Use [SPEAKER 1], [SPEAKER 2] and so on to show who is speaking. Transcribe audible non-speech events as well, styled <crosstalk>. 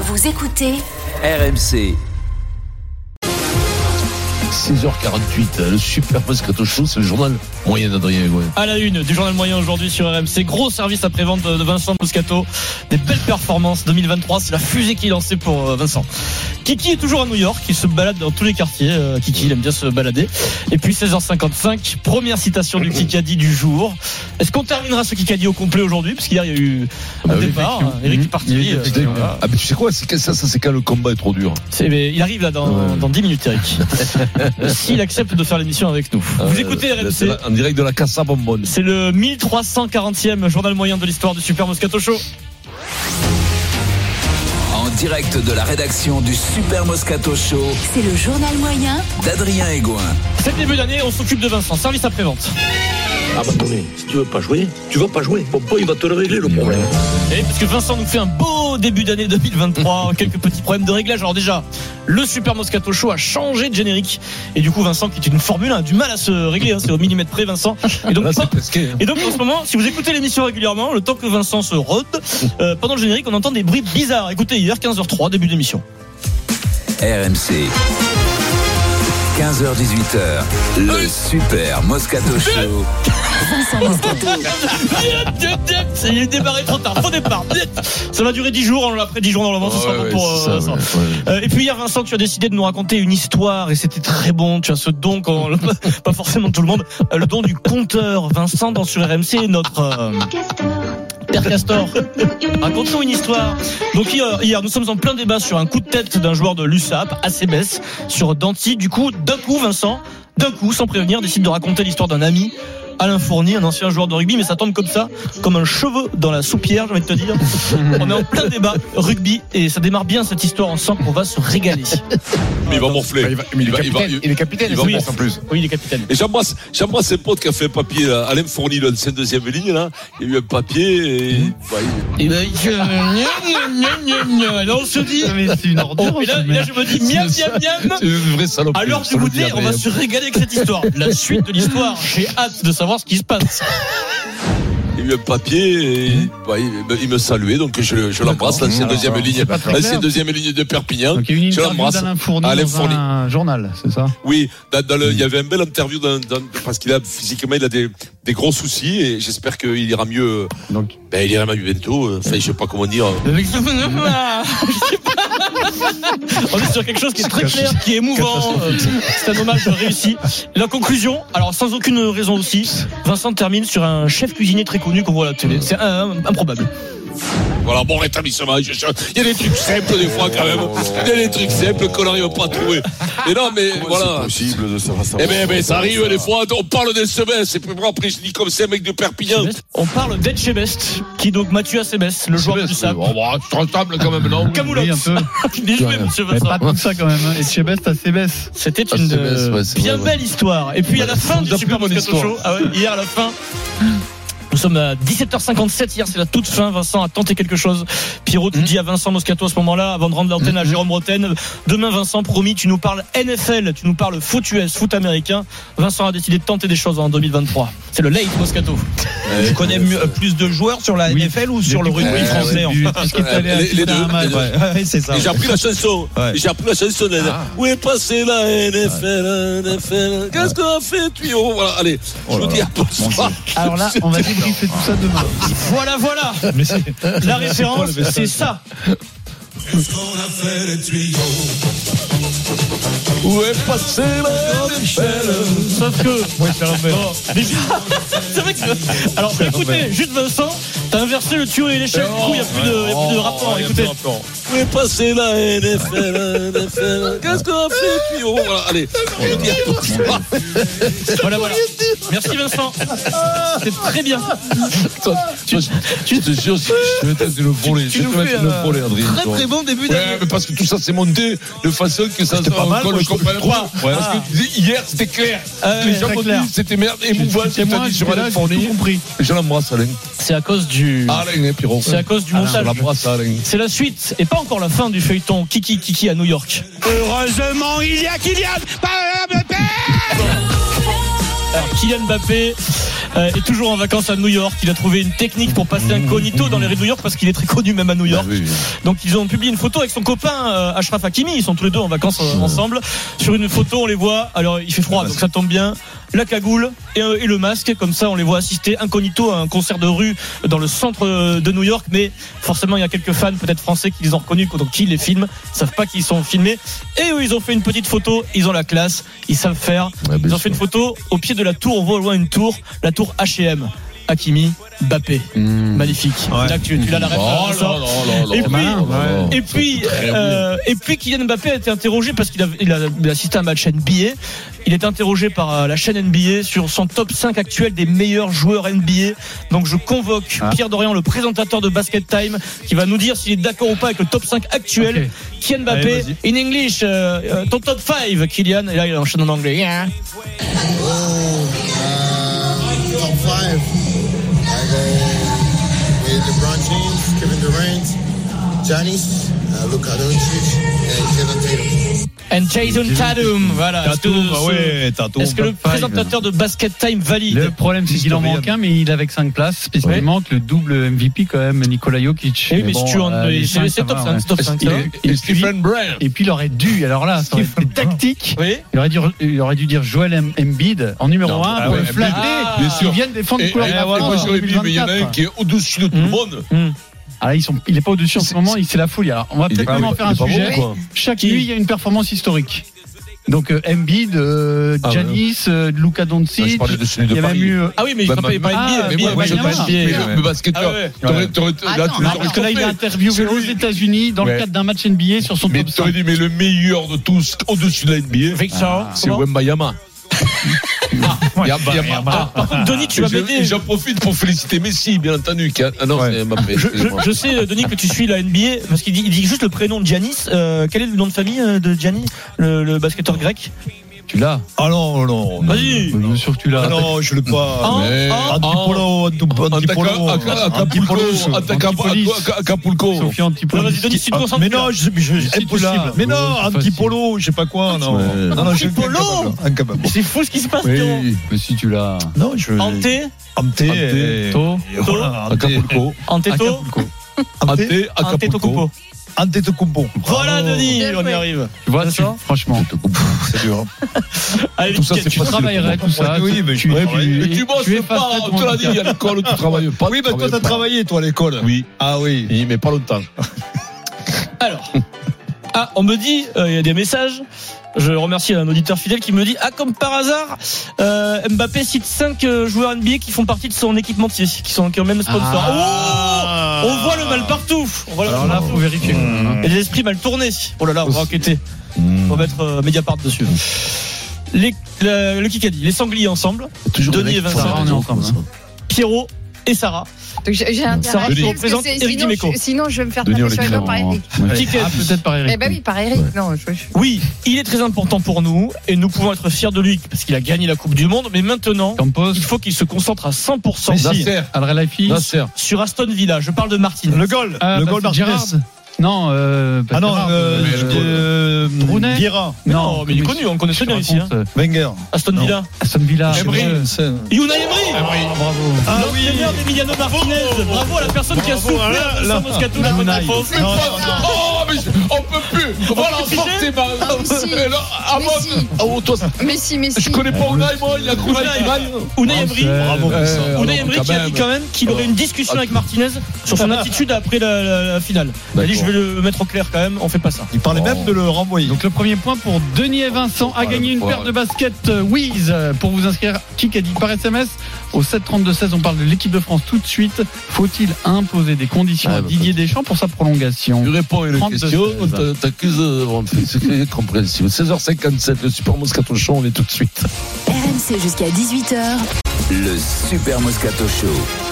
[SPEAKER 1] Vous écoutez
[SPEAKER 2] RMC.
[SPEAKER 3] 16h48, le super Moscato Show, c'est le journal moyen d'Adrien Egoin.
[SPEAKER 4] à la une du journal moyen aujourd'hui sur RMC. Gros service après-vente de Vincent Moscato. Des belles performances 2023. C'est la fusée qui est lancée pour euh, Vincent. Kiki est toujours à New York. Il se balade dans tous les quartiers. Euh, Kiki, il aime bien se balader. Et puis 16h55, première citation du Kikadi du jour. Est-ce qu'on terminera ce Kikadi au complet aujourd'hui Parce qu'hier, il y a eu un
[SPEAKER 3] Ah oui,
[SPEAKER 4] départ.
[SPEAKER 3] effectivement.
[SPEAKER 4] Eric est
[SPEAKER 3] Il
[SPEAKER 4] parti.
[SPEAKER 3] y a
[SPEAKER 4] euh,
[SPEAKER 3] des petites-
[SPEAKER 4] voilà.
[SPEAKER 3] Ah, mais tu sais quoi, c'est que ça, ça c'est quand le combat est trop dur.
[SPEAKER 4] C'est- mais il arrive là dans,
[SPEAKER 3] Ouais.
[SPEAKER 4] dans 10 minutes,
[SPEAKER 3] <laughs>
[SPEAKER 4] Eric. S'il accepte de faire l'émission avec nous. Vous
[SPEAKER 3] Euh,
[SPEAKER 4] écoutez
[SPEAKER 3] c'est
[SPEAKER 4] RMC.
[SPEAKER 3] la- En direct de la Casa Bonbonne.
[SPEAKER 4] C'est le 1340e journal moyen de l'histoire du Super Moscato Show.
[SPEAKER 2] En direct de la rédaction du Super Moscato Show
[SPEAKER 1] C'est le journal moyen
[SPEAKER 2] d'Adrien Egoin.
[SPEAKER 4] C'est le début d'année, on s'occupe de Vincent. Service après-vente.
[SPEAKER 5] Abandonné. Ah bah, Si tu veux pas jouer, tu vas pas jouer. Papa, il va te le régler le problème.
[SPEAKER 4] Et Eh, parce que Vincent nous fait un beau début d'année
[SPEAKER 3] <laughs>
[SPEAKER 4] 2023, quelques petits problèmes de réglage. Alors déjà, le Super Moscato Show a changé de générique. Et du coup, Vincent, qui est une formule, a du mal à se régler. hein. C'est au millimètre près, Vincent. Et donc,
[SPEAKER 3] Là, c'est pesqué. hein.
[SPEAKER 4] et donc, en ce moment, si vous écoutez l'émission régulièrement, le temps que Vincent se rôde, euh, pendant le générique, on entend des bruits bizarres. Écoutez, hier, 15h03, début
[SPEAKER 3] <laughs>
[SPEAKER 4] d'émission.
[SPEAKER 2] RMC. 15h18h, le Super Moscato Show.
[SPEAKER 4] Il est démarré trop tard, faux départ. Ça va durer 10 jours, on l'a après 10 jours normalement, ce sera
[SPEAKER 3] Ouais,
[SPEAKER 4] bon
[SPEAKER 3] ouais,
[SPEAKER 4] pour euh,
[SPEAKER 3] c'est ça,
[SPEAKER 4] Vincent.
[SPEAKER 3] ouais, ouais.
[SPEAKER 4] Euh, et puis hier, Vincent, tu as décidé de nous raconter une histoire et c'était très bon. Tu as ce don, quand, <laughs> pas forcément tout le monde, euh, le don du conteur Vincent dans sur RMC, notre euh, père Castor. Raconte-nous une histoire. Donc hier, hier, nous sommes en plein débat sur un coup de tête d'un joueur de l'USAP, ACBS, sur Danti. Du coup, d'un coup, Vincent, d'un coup, sans prévenir, décide de raconter l'histoire d'un ami. Alain Fournier, un ancien joueur de rugby, mais ça tombe comme ça, comme un cheveu dans la soupière, j'ai envie de te <laughs> dire. On est en plein débat rugby et ça démarre bien cette histoire ensemble, on va se <laughs> régaler.
[SPEAKER 6] Mais
[SPEAKER 4] Ah,
[SPEAKER 6] il va morfler.
[SPEAKER 7] Bah, il va- mais il
[SPEAKER 6] Il
[SPEAKER 7] est
[SPEAKER 6] va- il va-
[SPEAKER 7] capitaine, il est capitaine,
[SPEAKER 6] il va
[SPEAKER 7] c'est
[SPEAKER 6] oui.
[SPEAKER 7] pour ça, en plus.
[SPEAKER 4] Oui, il est capitaine.
[SPEAKER 6] Et j'embrasse, j'embrasse un pote qui a fait un papier, là, Alain Fourni, l'ancien deuxième ligne, là. Il y a eu un papier
[SPEAKER 3] Mhm.
[SPEAKER 6] et, bah, il-
[SPEAKER 4] Et ben, il fait, euh, <laughs> gna, gna, gna, gna, gna. Et là, on se dit.
[SPEAKER 7] Mais c'est une
[SPEAKER 4] oh, et là, et là, je me dis, miam, miam, miam.
[SPEAKER 3] C'est une vraie saloperie.
[SPEAKER 4] À l'heure
[SPEAKER 3] ça
[SPEAKER 4] du
[SPEAKER 3] le
[SPEAKER 4] goûter,
[SPEAKER 3] dit
[SPEAKER 4] on va
[SPEAKER 3] Adrien.
[SPEAKER 4] se régaler avec cette histoire. La suite de l'histoire, j'ai hâte de savoir ce qui se passe.
[SPEAKER 6] il y a eu un papier
[SPEAKER 3] Mhm.
[SPEAKER 6] et, bah, il, me- il me saluait. Donc, je, le- je l'embrasse, l'ancien
[SPEAKER 7] Alors,
[SPEAKER 3] Ah,
[SPEAKER 6] deuxième ligne,
[SPEAKER 7] c'est pas très
[SPEAKER 6] l'ancien
[SPEAKER 7] clair.
[SPEAKER 6] deuxième ligne de Perpignan.
[SPEAKER 7] Donc il y a eu une
[SPEAKER 6] Je
[SPEAKER 7] interview
[SPEAKER 6] l'embrasse.
[SPEAKER 7] d'Alain Fournier
[SPEAKER 6] Alain
[SPEAKER 7] dans
[SPEAKER 6] Fournier.
[SPEAKER 7] un journal, c'est ça
[SPEAKER 6] Oui, dans- dans le- il y avait un bel interview dans- dans- parce qu'il a, physiquement, il a des, des gros soucis et j'espère qu'il ira mieux, euh,
[SPEAKER 7] Donc
[SPEAKER 6] ben, il ira mieux bientôt. euh, Enfin, je sais pas comment dire.
[SPEAKER 4] Le mec, je sais pas. <laughs> On est sur quelque chose qui est très clair, qui est émouvant. Euh, C'est un hommage réussi. La conclusion, alors sans aucune raison aussi, Vincent termine sur un chef cuisinier très connu qu'on voit à la télé. C'est euh, improbable.
[SPEAKER 6] Voilà, bon rétablissement. je- je- Il y a des trucs simples des fois quand même. Il y a des trucs simples qu'on n'arrive pas à trouver. Mais non, mais voilà.
[SPEAKER 8] possible de savoir
[SPEAKER 6] Eh ben, eh ben, ça arrive des fois. On parle des semestres. Et puis moi, après, je dis comme c'est un mec de Perpignan.
[SPEAKER 4] On parle d'Etchebest, qui est donc Mathieu Acebest, le joueur du SAP.
[SPEAKER 3] Oh, bah, tu te ressembles quand même, non
[SPEAKER 4] Camoulox.
[SPEAKER 7] oui, un peu.
[SPEAKER 4] Bien joué, monsieur
[SPEAKER 7] Mais
[SPEAKER 4] Vincent.
[SPEAKER 7] pas tant que ça quand même. hein. Et chez Best à Cébès.
[SPEAKER 4] C'était
[SPEAKER 3] Ah,
[SPEAKER 4] une
[SPEAKER 3] c'est belle,
[SPEAKER 4] euh,
[SPEAKER 3] ouais, c'est
[SPEAKER 4] bien
[SPEAKER 3] vrai, ouais.
[SPEAKER 4] belle histoire. Et puis à la fin
[SPEAKER 7] c'est
[SPEAKER 4] du
[SPEAKER 7] la
[SPEAKER 4] Super
[SPEAKER 7] plus bonne
[SPEAKER 4] Moscato
[SPEAKER 7] histoire.
[SPEAKER 4] Show, ah ouais, hier à la fin. Nous sommes à 17h57 hier, c'est la toute fin. Vincent a tenté quelque chose. Pierrot,
[SPEAKER 3] Hmm.
[SPEAKER 4] tu dis à Vincent Moscato à ce moment-là, avant de rendre l'antenne à Jérôme Roten. Demain, Vincent, promis, tu nous parles NFL, tu nous parles foot US, foot américain. Vincent a décidé de tenter des choses en 2023. C'est le late Moscato.
[SPEAKER 6] Tu
[SPEAKER 4] Euh, connais plus de joueurs sur la NFL ou sur le
[SPEAKER 6] rugby français,
[SPEAKER 7] Du- Euh, puisqu'il est allé
[SPEAKER 6] Les- les
[SPEAKER 7] assister à
[SPEAKER 6] deux,
[SPEAKER 7] un match.
[SPEAKER 6] les deux.
[SPEAKER 7] c'est ça.
[SPEAKER 6] Et j'ai appris la chanson.
[SPEAKER 7] Ouais.
[SPEAKER 6] Et J'ai appris la chanson. là, là. Où est passée la NFL, NFL Qu'est-ce qu'on a fait, tuyau Voilà, allez. Je vous dis à bonsoir. Ah,
[SPEAKER 7] Alors là, on va débriefer tout ça demain.
[SPEAKER 4] Voilà, voilà. La référence, c'est ça.
[SPEAKER 6] Où est passée la NFL
[SPEAKER 4] Sauf que. Bon, déjà, <laughs> c'est vrai que. Alors, écoutez, juste Vincent, t'as inversé le tuyau et l'échelle, du coup, il n'y a plus de, y a plus de rapport. Écoutez,
[SPEAKER 6] Où est passée la NFL, NFL Qu'est-ce qu'on a fait, tuyau Voilà, allez. Je vous dis à bonsoir.
[SPEAKER 4] voilà, voilà. Merci Vincent. C'est très bien.
[SPEAKER 3] Tu tu te jure, si je vais peut-être le voler. Je
[SPEAKER 8] tu
[SPEAKER 3] vais
[SPEAKER 8] nous
[SPEAKER 3] te euh, mettre
[SPEAKER 8] fais
[SPEAKER 3] le
[SPEAKER 4] euh,
[SPEAKER 8] un
[SPEAKER 3] voler, Adrien.
[SPEAKER 8] Très
[SPEAKER 3] toi.
[SPEAKER 8] très bon début d'année.
[SPEAKER 3] Ouais, mais parce que tout ça s'est monté de façon que ça
[SPEAKER 8] C'était pas
[SPEAKER 3] soit
[SPEAKER 8] mal,
[SPEAKER 3] encore
[SPEAKER 8] moi, je
[SPEAKER 3] le
[SPEAKER 8] te
[SPEAKER 3] comprenne
[SPEAKER 8] crois.
[SPEAKER 3] pas. Parce que tu dis, hier, c'était clair.
[SPEAKER 4] Euh,
[SPEAKER 3] Les gens
[SPEAKER 7] très
[SPEAKER 3] m'ont
[SPEAKER 7] clair.
[SPEAKER 3] dit, c'était merde, émouvant.
[SPEAKER 7] J'étais
[SPEAKER 3] Je t'ai
[SPEAKER 7] témoin,
[SPEAKER 3] dit, je
[SPEAKER 7] j'étais là,
[SPEAKER 3] l'ai
[SPEAKER 7] j'ai tout
[SPEAKER 3] fourni.
[SPEAKER 7] compris.
[SPEAKER 3] Je l'embrasse, Alain.
[SPEAKER 4] C'est à cause du.
[SPEAKER 3] Alain, hein, Pierrot.
[SPEAKER 4] Ah. C'est à cause du
[SPEAKER 3] Je
[SPEAKER 4] montage.
[SPEAKER 3] l'embrasse, Alain.
[SPEAKER 4] C'est la suite et pas encore la fin du feuilleton Kiki Kiki à New York.
[SPEAKER 9] Heureusement, il y a Kylian
[SPEAKER 4] Alors, Kylian Mbappé euh, est toujours en vacances à New York. Il a trouvé une technique pour passer incognito dans les rues de New York parce qu'il est très connu même à New York.
[SPEAKER 3] Ah oui, oui.
[SPEAKER 4] Donc ils ont publié une photo avec son copain euh, Ashraf Hakimi. Ils sont tous les deux en vacances euh, ensemble. Sur une photo, on les voit. Alors il fait froid, donc ça tombe bien. La cagoule et, euh, et le masque, comme ça on les voit assister incognito à un concert de rue dans le centre euh, de New York. Mais forcément, il y a quelques fans, peut-être français, qui les ont reconnus, donc qui les filment, savent pas qu'ils sont filmés. Et eux, ils ont fait une petite photo. Ils ont la classe, ils savent faire.
[SPEAKER 3] Ah, bien
[SPEAKER 4] Ils ont
[SPEAKER 3] sûr.
[SPEAKER 4] fait une photo au pied de la tour. On voit au loin une tour, la tour H&M. Hakimi, Bappé, magnifique. Là, tu, tu l'as la
[SPEAKER 3] Oh
[SPEAKER 4] référence.
[SPEAKER 3] là là là là
[SPEAKER 4] Et
[SPEAKER 3] là
[SPEAKER 4] puis-
[SPEAKER 3] là là.
[SPEAKER 4] Et puis,
[SPEAKER 3] très
[SPEAKER 4] euh, et puis Kylian Mbappé a été interrogé parce qu'il a, il a- il a assisté à un match NBA. Il est interrogé par euh, la chaîne NBA sur son top 5 actuel des meilleurs joueurs NBA. Donc je convoque
[SPEAKER 3] Ah.
[SPEAKER 4] Pierre Dorian, le présentateur de Basket Time, qui va nous dire s'il est d'accord ou pas avec le top 5 actuel. Kylian Mbappé, in English, euh, euh, ton top 5, Kylian. Et là, il enchaîne en anglais. Yeah.
[SPEAKER 10] top five. I go uh, with LeBron James, Kevin Durant, Giannis, uh, Luka Doncic, and Jason Tatum.
[SPEAKER 4] And Jason Tatum. Voilà. Est-ce que, est-ce que le présentateur de Basket Time valide
[SPEAKER 7] Le problème, c'est qu'il en manque un, mais il est avec 5 places, puisqu'il
[SPEAKER 4] Ouais.
[SPEAKER 7] manque le double MVP quand même, Nikola Jokic.
[SPEAKER 4] Eh oui, mais si tu en-
[SPEAKER 7] euh,
[SPEAKER 4] mais
[SPEAKER 7] les
[SPEAKER 4] c'est
[SPEAKER 7] cinq,
[SPEAKER 4] c'est
[SPEAKER 7] ça
[SPEAKER 4] top
[SPEAKER 7] va,
[SPEAKER 4] 5,
[SPEAKER 7] ouais.
[SPEAKER 4] c'est top 5.
[SPEAKER 7] Et-
[SPEAKER 4] ça.
[SPEAKER 7] Et
[SPEAKER 3] Et
[SPEAKER 7] puis,
[SPEAKER 3] Stephen Brand.
[SPEAKER 7] et puis, il aurait dû, alors là, ça aurait été tactique.
[SPEAKER 4] Oui.
[SPEAKER 7] Il aurait, dû, il aurait dû dire Joel Em- Embiid en numéro
[SPEAKER 3] Non,
[SPEAKER 7] 1
[SPEAKER 3] ah
[SPEAKER 7] pour
[SPEAKER 3] ouais,
[SPEAKER 7] le flatter.
[SPEAKER 4] Embiid,
[SPEAKER 3] bien
[SPEAKER 7] Ils
[SPEAKER 3] sûr.
[SPEAKER 7] viennent défendre
[SPEAKER 3] Ah, Et, et,
[SPEAKER 7] Nicolas
[SPEAKER 3] et moi j'aurais mis, mais il y en a un qui est au-dessus de tout le
[SPEAKER 4] Hum.
[SPEAKER 3] monde.
[SPEAKER 4] Hmm.
[SPEAKER 7] Ah là, ils sont, il est pas au-dessus en ce
[SPEAKER 3] C'est-
[SPEAKER 7] moment, il- c'est la folie. Alors, on va
[SPEAKER 3] Il est
[SPEAKER 7] peut-être
[SPEAKER 3] pas-
[SPEAKER 7] même en
[SPEAKER 3] il
[SPEAKER 7] faire
[SPEAKER 3] est
[SPEAKER 7] un
[SPEAKER 3] pas bon,
[SPEAKER 7] sujet.
[SPEAKER 3] quoi.
[SPEAKER 7] Chaque nuit, il y a une performance historique. Donc euh, Embiid, euh,
[SPEAKER 3] Ah ouais.
[SPEAKER 7] Giannis, euh, Luka
[SPEAKER 3] Ah, je
[SPEAKER 7] Doncic.
[SPEAKER 3] parlais de celui de
[SPEAKER 7] Il y a même
[SPEAKER 3] Paris.
[SPEAKER 7] eu. euh,
[SPEAKER 4] Ah oui, mais je
[SPEAKER 3] Bah,
[SPEAKER 4] ne pas
[SPEAKER 3] bah,
[SPEAKER 4] pas NBA.
[SPEAKER 7] ah,
[SPEAKER 3] Mais moi,
[SPEAKER 7] ouais,
[SPEAKER 3] moi,
[SPEAKER 7] ouais,
[SPEAKER 3] je
[SPEAKER 7] ouais,
[SPEAKER 3] pense
[SPEAKER 7] ouais.
[SPEAKER 3] mais le- le basketteur.
[SPEAKER 4] Ah ouais.
[SPEAKER 3] t'aurais- t'aurais- Là, tu
[SPEAKER 9] Attends,
[SPEAKER 3] les
[SPEAKER 9] attends.
[SPEAKER 3] aurais
[SPEAKER 7] Parce que là, il est
[SPEAKER 3] trompés.
[SPEAKER 7] interviewé aux
[SPEAKER 3] Celui-
[SPEAKER 7] États-Unis dans le
[SPEAKER 3] Ouais.
[SPEAKER 7] cadre d'un match NBA sur son
[SPEAKER 3] Mais
[SPEAKER 7] top 5.
[SPEAKER 3] t'aurais dit, mais le meilleur de tous au-dessus de la NBA,
[SPEAKER 4] Victor,
[SPEAKER 3] Ah, c'est Wembayama.
[SPEAKER 4] Ah,
[SPEAKER 3] Yama. Yama.
[SPEAKER 4] Par contre, Denis, ah, tu
[SPEAKER 3] Et
[SPEAKER 4] vas
[SPEAKER 3] je-
[SPEAKER 4] m'aider.
[SPEAKER 3] et J'en profite pour féliciter Messi, bien entendu. qui a- Ah non,
[SPEAKER 7] Ouais.
[SPEAKER 3] c'est Mbappé.
[SPEAKER 4] Je, je-
[SPEAKER 3] excusez-moi.
[SPEAKER 4] je sais, euh, Denis, que tu suis la NBA, parce qu'il dit, il dit juste le prénom de Giannis. Euh, quel est le nom de famille euh, de Giannis, le, le basketteur grec
[SPEAKER 7] Tu l'as
[SPEAKER 8] Ah non, non. non.
[SPEAKER 4] Vas-y
[SPEAKER 7] Bien sûr que tu
[SPEAKER 8] Ah
[SPEAKER 7] l'as.
[SPEAKER 8] non, je l'ai
[SPEAKER 4] Ah,
[SPEAKER 8] pas.
[SPEAKER 3] Mais-
[SPEAKER 8] Antipolo, Antipolo, Antipolo.
[SPEAKER 3] Acapulco,
[SPEAKER 7] Antipolis.
[SPEAKER 3] Acapulco, Acapulco.
[SPEAKER 7] Sophie
[SPEAKER 4] Non,
[SPEAKER 7] Antipolis.
[SPEAKER 4] Ah, Vas-y, Denis, tu te concentres.
[SPEAKER 8] Mais non, je, je-
[SPEAKER 7] Si, tu l'as.
[SPEAKER 8] impossible. Mais non,
[SPEAKER 7] Ouais, facile.
[SPEAKER 8] Antipolo, je sais pas quoi, non.
[SPEAKER 3] Ah
[SPEAKER 7] Ouais.
[SPEAKER 8] Non, non, je
[SPEAKER 4] Antipolo
[SPEAKER 8] Incapable.
[SPEAKER 4] c'est fou ce qui se passe, Théo.
[SPEAKER 7] Oui, mais si tu l'as.
[SPEAKER 8] Non, je.
[SPEAKER 4] Ante,
[SPEAKER 8] Ante. et-
[SPEAKER 7] To.
[SPEAKER 8] et voilà, Ante.
[SPEAKER 3] Acapulco.
[SPEAKER 4] Anteto,
[SPEAKER 7] Acapulco.
[SPEAKER 8] Ante.
[SPEAKER 3] Ante, Acapulco.
[SPEAKER 4] Antetokounmpo.
[SPEAKER 8] Antetokounmpo. Oh.
[SPEAKER 4] Voilà, Denis,
[SPEAKER 9] Bien
[SPEAKER 4] on y
[SPEAKER 9] joué.
[SPEAKER 4] arrive.
[SPEAKER 7] Tu vois, tu,
[SPEAKER 4] Vincent
[SPEAKER 7] franchement,
[SPEAKER 8] C'est dur.
[SPEAKER 4] Allez,
[SPEAKER 3] Tout ça,
[SPEAKER 4] Mickaël,
[SPEAKER 3] c'est
[SPEAKER 4] tu
[SPEAKER 7] tu
[SPEAKER 3] facile.
[SPEAKER 7] travaillerais tout ça.
[SPEAKER 8] Oui, mais je
[SPEAKER 7] tu-
[SPEAKER 8] travaille.
[SPEAKER 3] Mais tu bosses
[SPEAKER 7] Tu es
[SPEAKER 3] pas,
[SPEAKER 7] face à
[SPEAKER 3] on te
[SPEAKER 7] ton
[SPEAKER 3] l'a dit à l'école, tu travailles pas.
[SPEAKER 8] Ah Oui, mais toi,
[SPEAKER 3] tu travailles
[SPEAKER 8] t'as
[SPEAKER 3] pas.
[SPEAKER 8] travaillé, toi, à l'école.
[SPEAKER 3] Oui.
[SPEAKER 8] Ah oui.
[SPEAKER 3] Oui, mais pas longtemps.
[SPEAKER 4] Alors, ah, on me dit, euh, il y a des messages. Je remercie un auditeur fidèle qui me dit Ah, comme par hasard, euh, Mbappé cite 5 joueurs NBA qui font partie de son équipementier, qui sont quand même sponsors. Oh
[SPEAKER 8] Ah.
[SPEAKER 4] on voit le mal partout On voit le
[SPEAKER 7] Ah. Alors
[SPEAKER 4] mal
[SPEAKER 7] là,
[SPEAKER 4] partout.
[SPEAKER 7] faut vérifier. quand même, hein.
[SPEAKER 4] Et les esprits mal tournés. Oh là là, on va enquêter.
[SPEAKER 7] Hmm.
[SPEAKER 4] On va mettre euh, Mediapart dessus. Les, le, le Kikadi, les sangliers ensemble, Denis et
[SPEAKER 7] Sarah,
[SPEAKER 4] Vincent,
[SPEAKER 7] on est ensemble. hein.
[SPEAKER 4] Pierrot et Sarah.
[SPEAKER 9] Donc, j'ai j'ai
[SPEAKER 4] Sarah,
[SPEAKER 9] intérêt
[SPEAKER 4] je te
[SPEAKER 9] parce que
[SPEAKER 4] représente
[SPEAKER 9] c'est-
[SPEAKER 4] Eric
[SPEAKER 9] sinon,
[SPEAKER 4] Dimeco.
[SPEAKER 9] je- Sinon, je vais me faire
[SPEAKER 3] Denis, on
[SPEAKER 9] taper sur les doigts par Eric.
[SPEAKER 7] Ouais.
[SPEAKER 4] Kikadi.
[SPEAKER 7] Ah, peut-être par Eric.
[SPEAKER 9] Eh ben oui, par Eric. Non, je- je-
[SPEAKER 4] Oui, il est très important pour nous et nous pouvons être fiers de lui parce qu'il a gagné la Coupe du Monde. Mais maintenant,
[SPEAKER 7] Campos,
[SPEAKER 4] Eh, il faut qu'il se concentre à 100%
[SPEAKER 3] Nasser,
[SPEAKER 7] Al Relaifi.
[SPEAKER 3] Nasser.
[SPEAKER 4] sur Aston Villa. Je parle de Martin. Le goal.
[SPEAKER 7] Ah,
[SPEAKER 8] Le
[SPEAKER 7] bah,
[SPEAKER 8] goal
[SPEAKER 7] c'est Gérard.
[SPEAKER 8] Martinez.
[SPEAKER 7] Non, euh, pas
[SPEAKER 8] Ah non,
[SPEAKER 7] Gérard,
[SPEAKER 8] euh,
[SPEAKER 7] mais,
[SPEAKER 3] je-
[SPEAKER 8] euh,
[SPEAKER 7] Brunet.
[SPEAKER 8] Vieira,
[SPEAKER 4] non, mais il est connu, on le connaît très bien ici. hein.
[SPEAKER 8] Wenger.
[SPEAKER 4] Aston
[SPEAKER 8] Non.
[SPEAKER 4] Villa.
[SPEAKER 7] euh, Aston Villa.
[SPEAKER 3] Emery.
[SPEAKER 7] euh,
[SPEAKER 8] C'est-
[SPEAKER 4] Unai Emery.
[SPEAKER 7] ah, Bravo.
[SPEAKER 8] Ah oui.
[SPEAKER 4] L'entraîneur d'Emiliano Martinez. Bravo à la personne qui a soufflé à Vincent Moscato la bonne
[SPEAKER 7] Unai.
[SPEAKER 4] réponse.
[SPEAKER 9] Non,
[SPEAKER 3] Oh, mais je- on peut plus. Voilà,
[SPEAKER 4] peut
[SPEAKER 3] sortez ma.
[SPEAKER 9] Ah, mais
[SPEAKER 3] <laughs>
[SPEAKER 9] si.
[SPEAKER 3] Mais là, ah,
[SPEAKER 9] Mais
[SPEAKER 3] moi,
[SPEAKER 9] si.
[SPEAKER 3] ah, bon, toi,
[SPEAKER 9] Mais si, mais si.
[SPEAKER 3] je connais pas Unai, moi, il a trouvé
[SPEAKER 4] Unai.
[SPEAKER 3] Ivan.
[SPEAKER 4] Unai Emery.
[SPEAKER 7] Bravo.
[SPEAKER 3] Euh,
[SPEAKER 4] Unai
[SPEAKER 3] alors,
[SPEAKER 4] Emery
[SPEAKER 3] quand
[SPEAKER 4] qui a
[SPEAKER 3] même.
[SPEAKER 4] dit quand même qu'il aurait une discussion avec Martinez sur son attitude après la, la- la finale. Il a dit je vais le mettre au clair quand même, on fait pas ça.
[SPEAKER 8] Il parlait même de le renvoyer.
[SPEAKER 7] Donc le premier point pour Denis et Vincent à
[SPEAKER 3] Ah,
[SPEAKER 7] gagner
[SPEAKER 3] le
[SPEAKER 7] une
[SPEAKER 3] point.
[SPEAKER 7] paire de baskets euh, Wiz euh, pour vous inscrire qui a dit par SMS Au 7-32-16, on parle de l'équipe de France tout de suite. Faut-il imposer des conditions
[SPEAKER 6] Ah,
[SPEAKER 7] à
[SPEAKER 6] bah,
[SPEAKER 7] Didier Deschamps pour sa prolongation
[SPEAKER 6] Tu réponds à une
[SPEAKER 7] 32,
[SPEAKER 6] question, on
[SPEAKER 7] ça
[SPEAKER 6] t'a- t'accuse de. bon, c'est- C'est compréhensible. 16h57, le Super Moscato Show, on est tout de suite.
[SPEAKER 1] RMC jusqu'à 18h.
[SPEAKER 2] Le Super Moscato Show.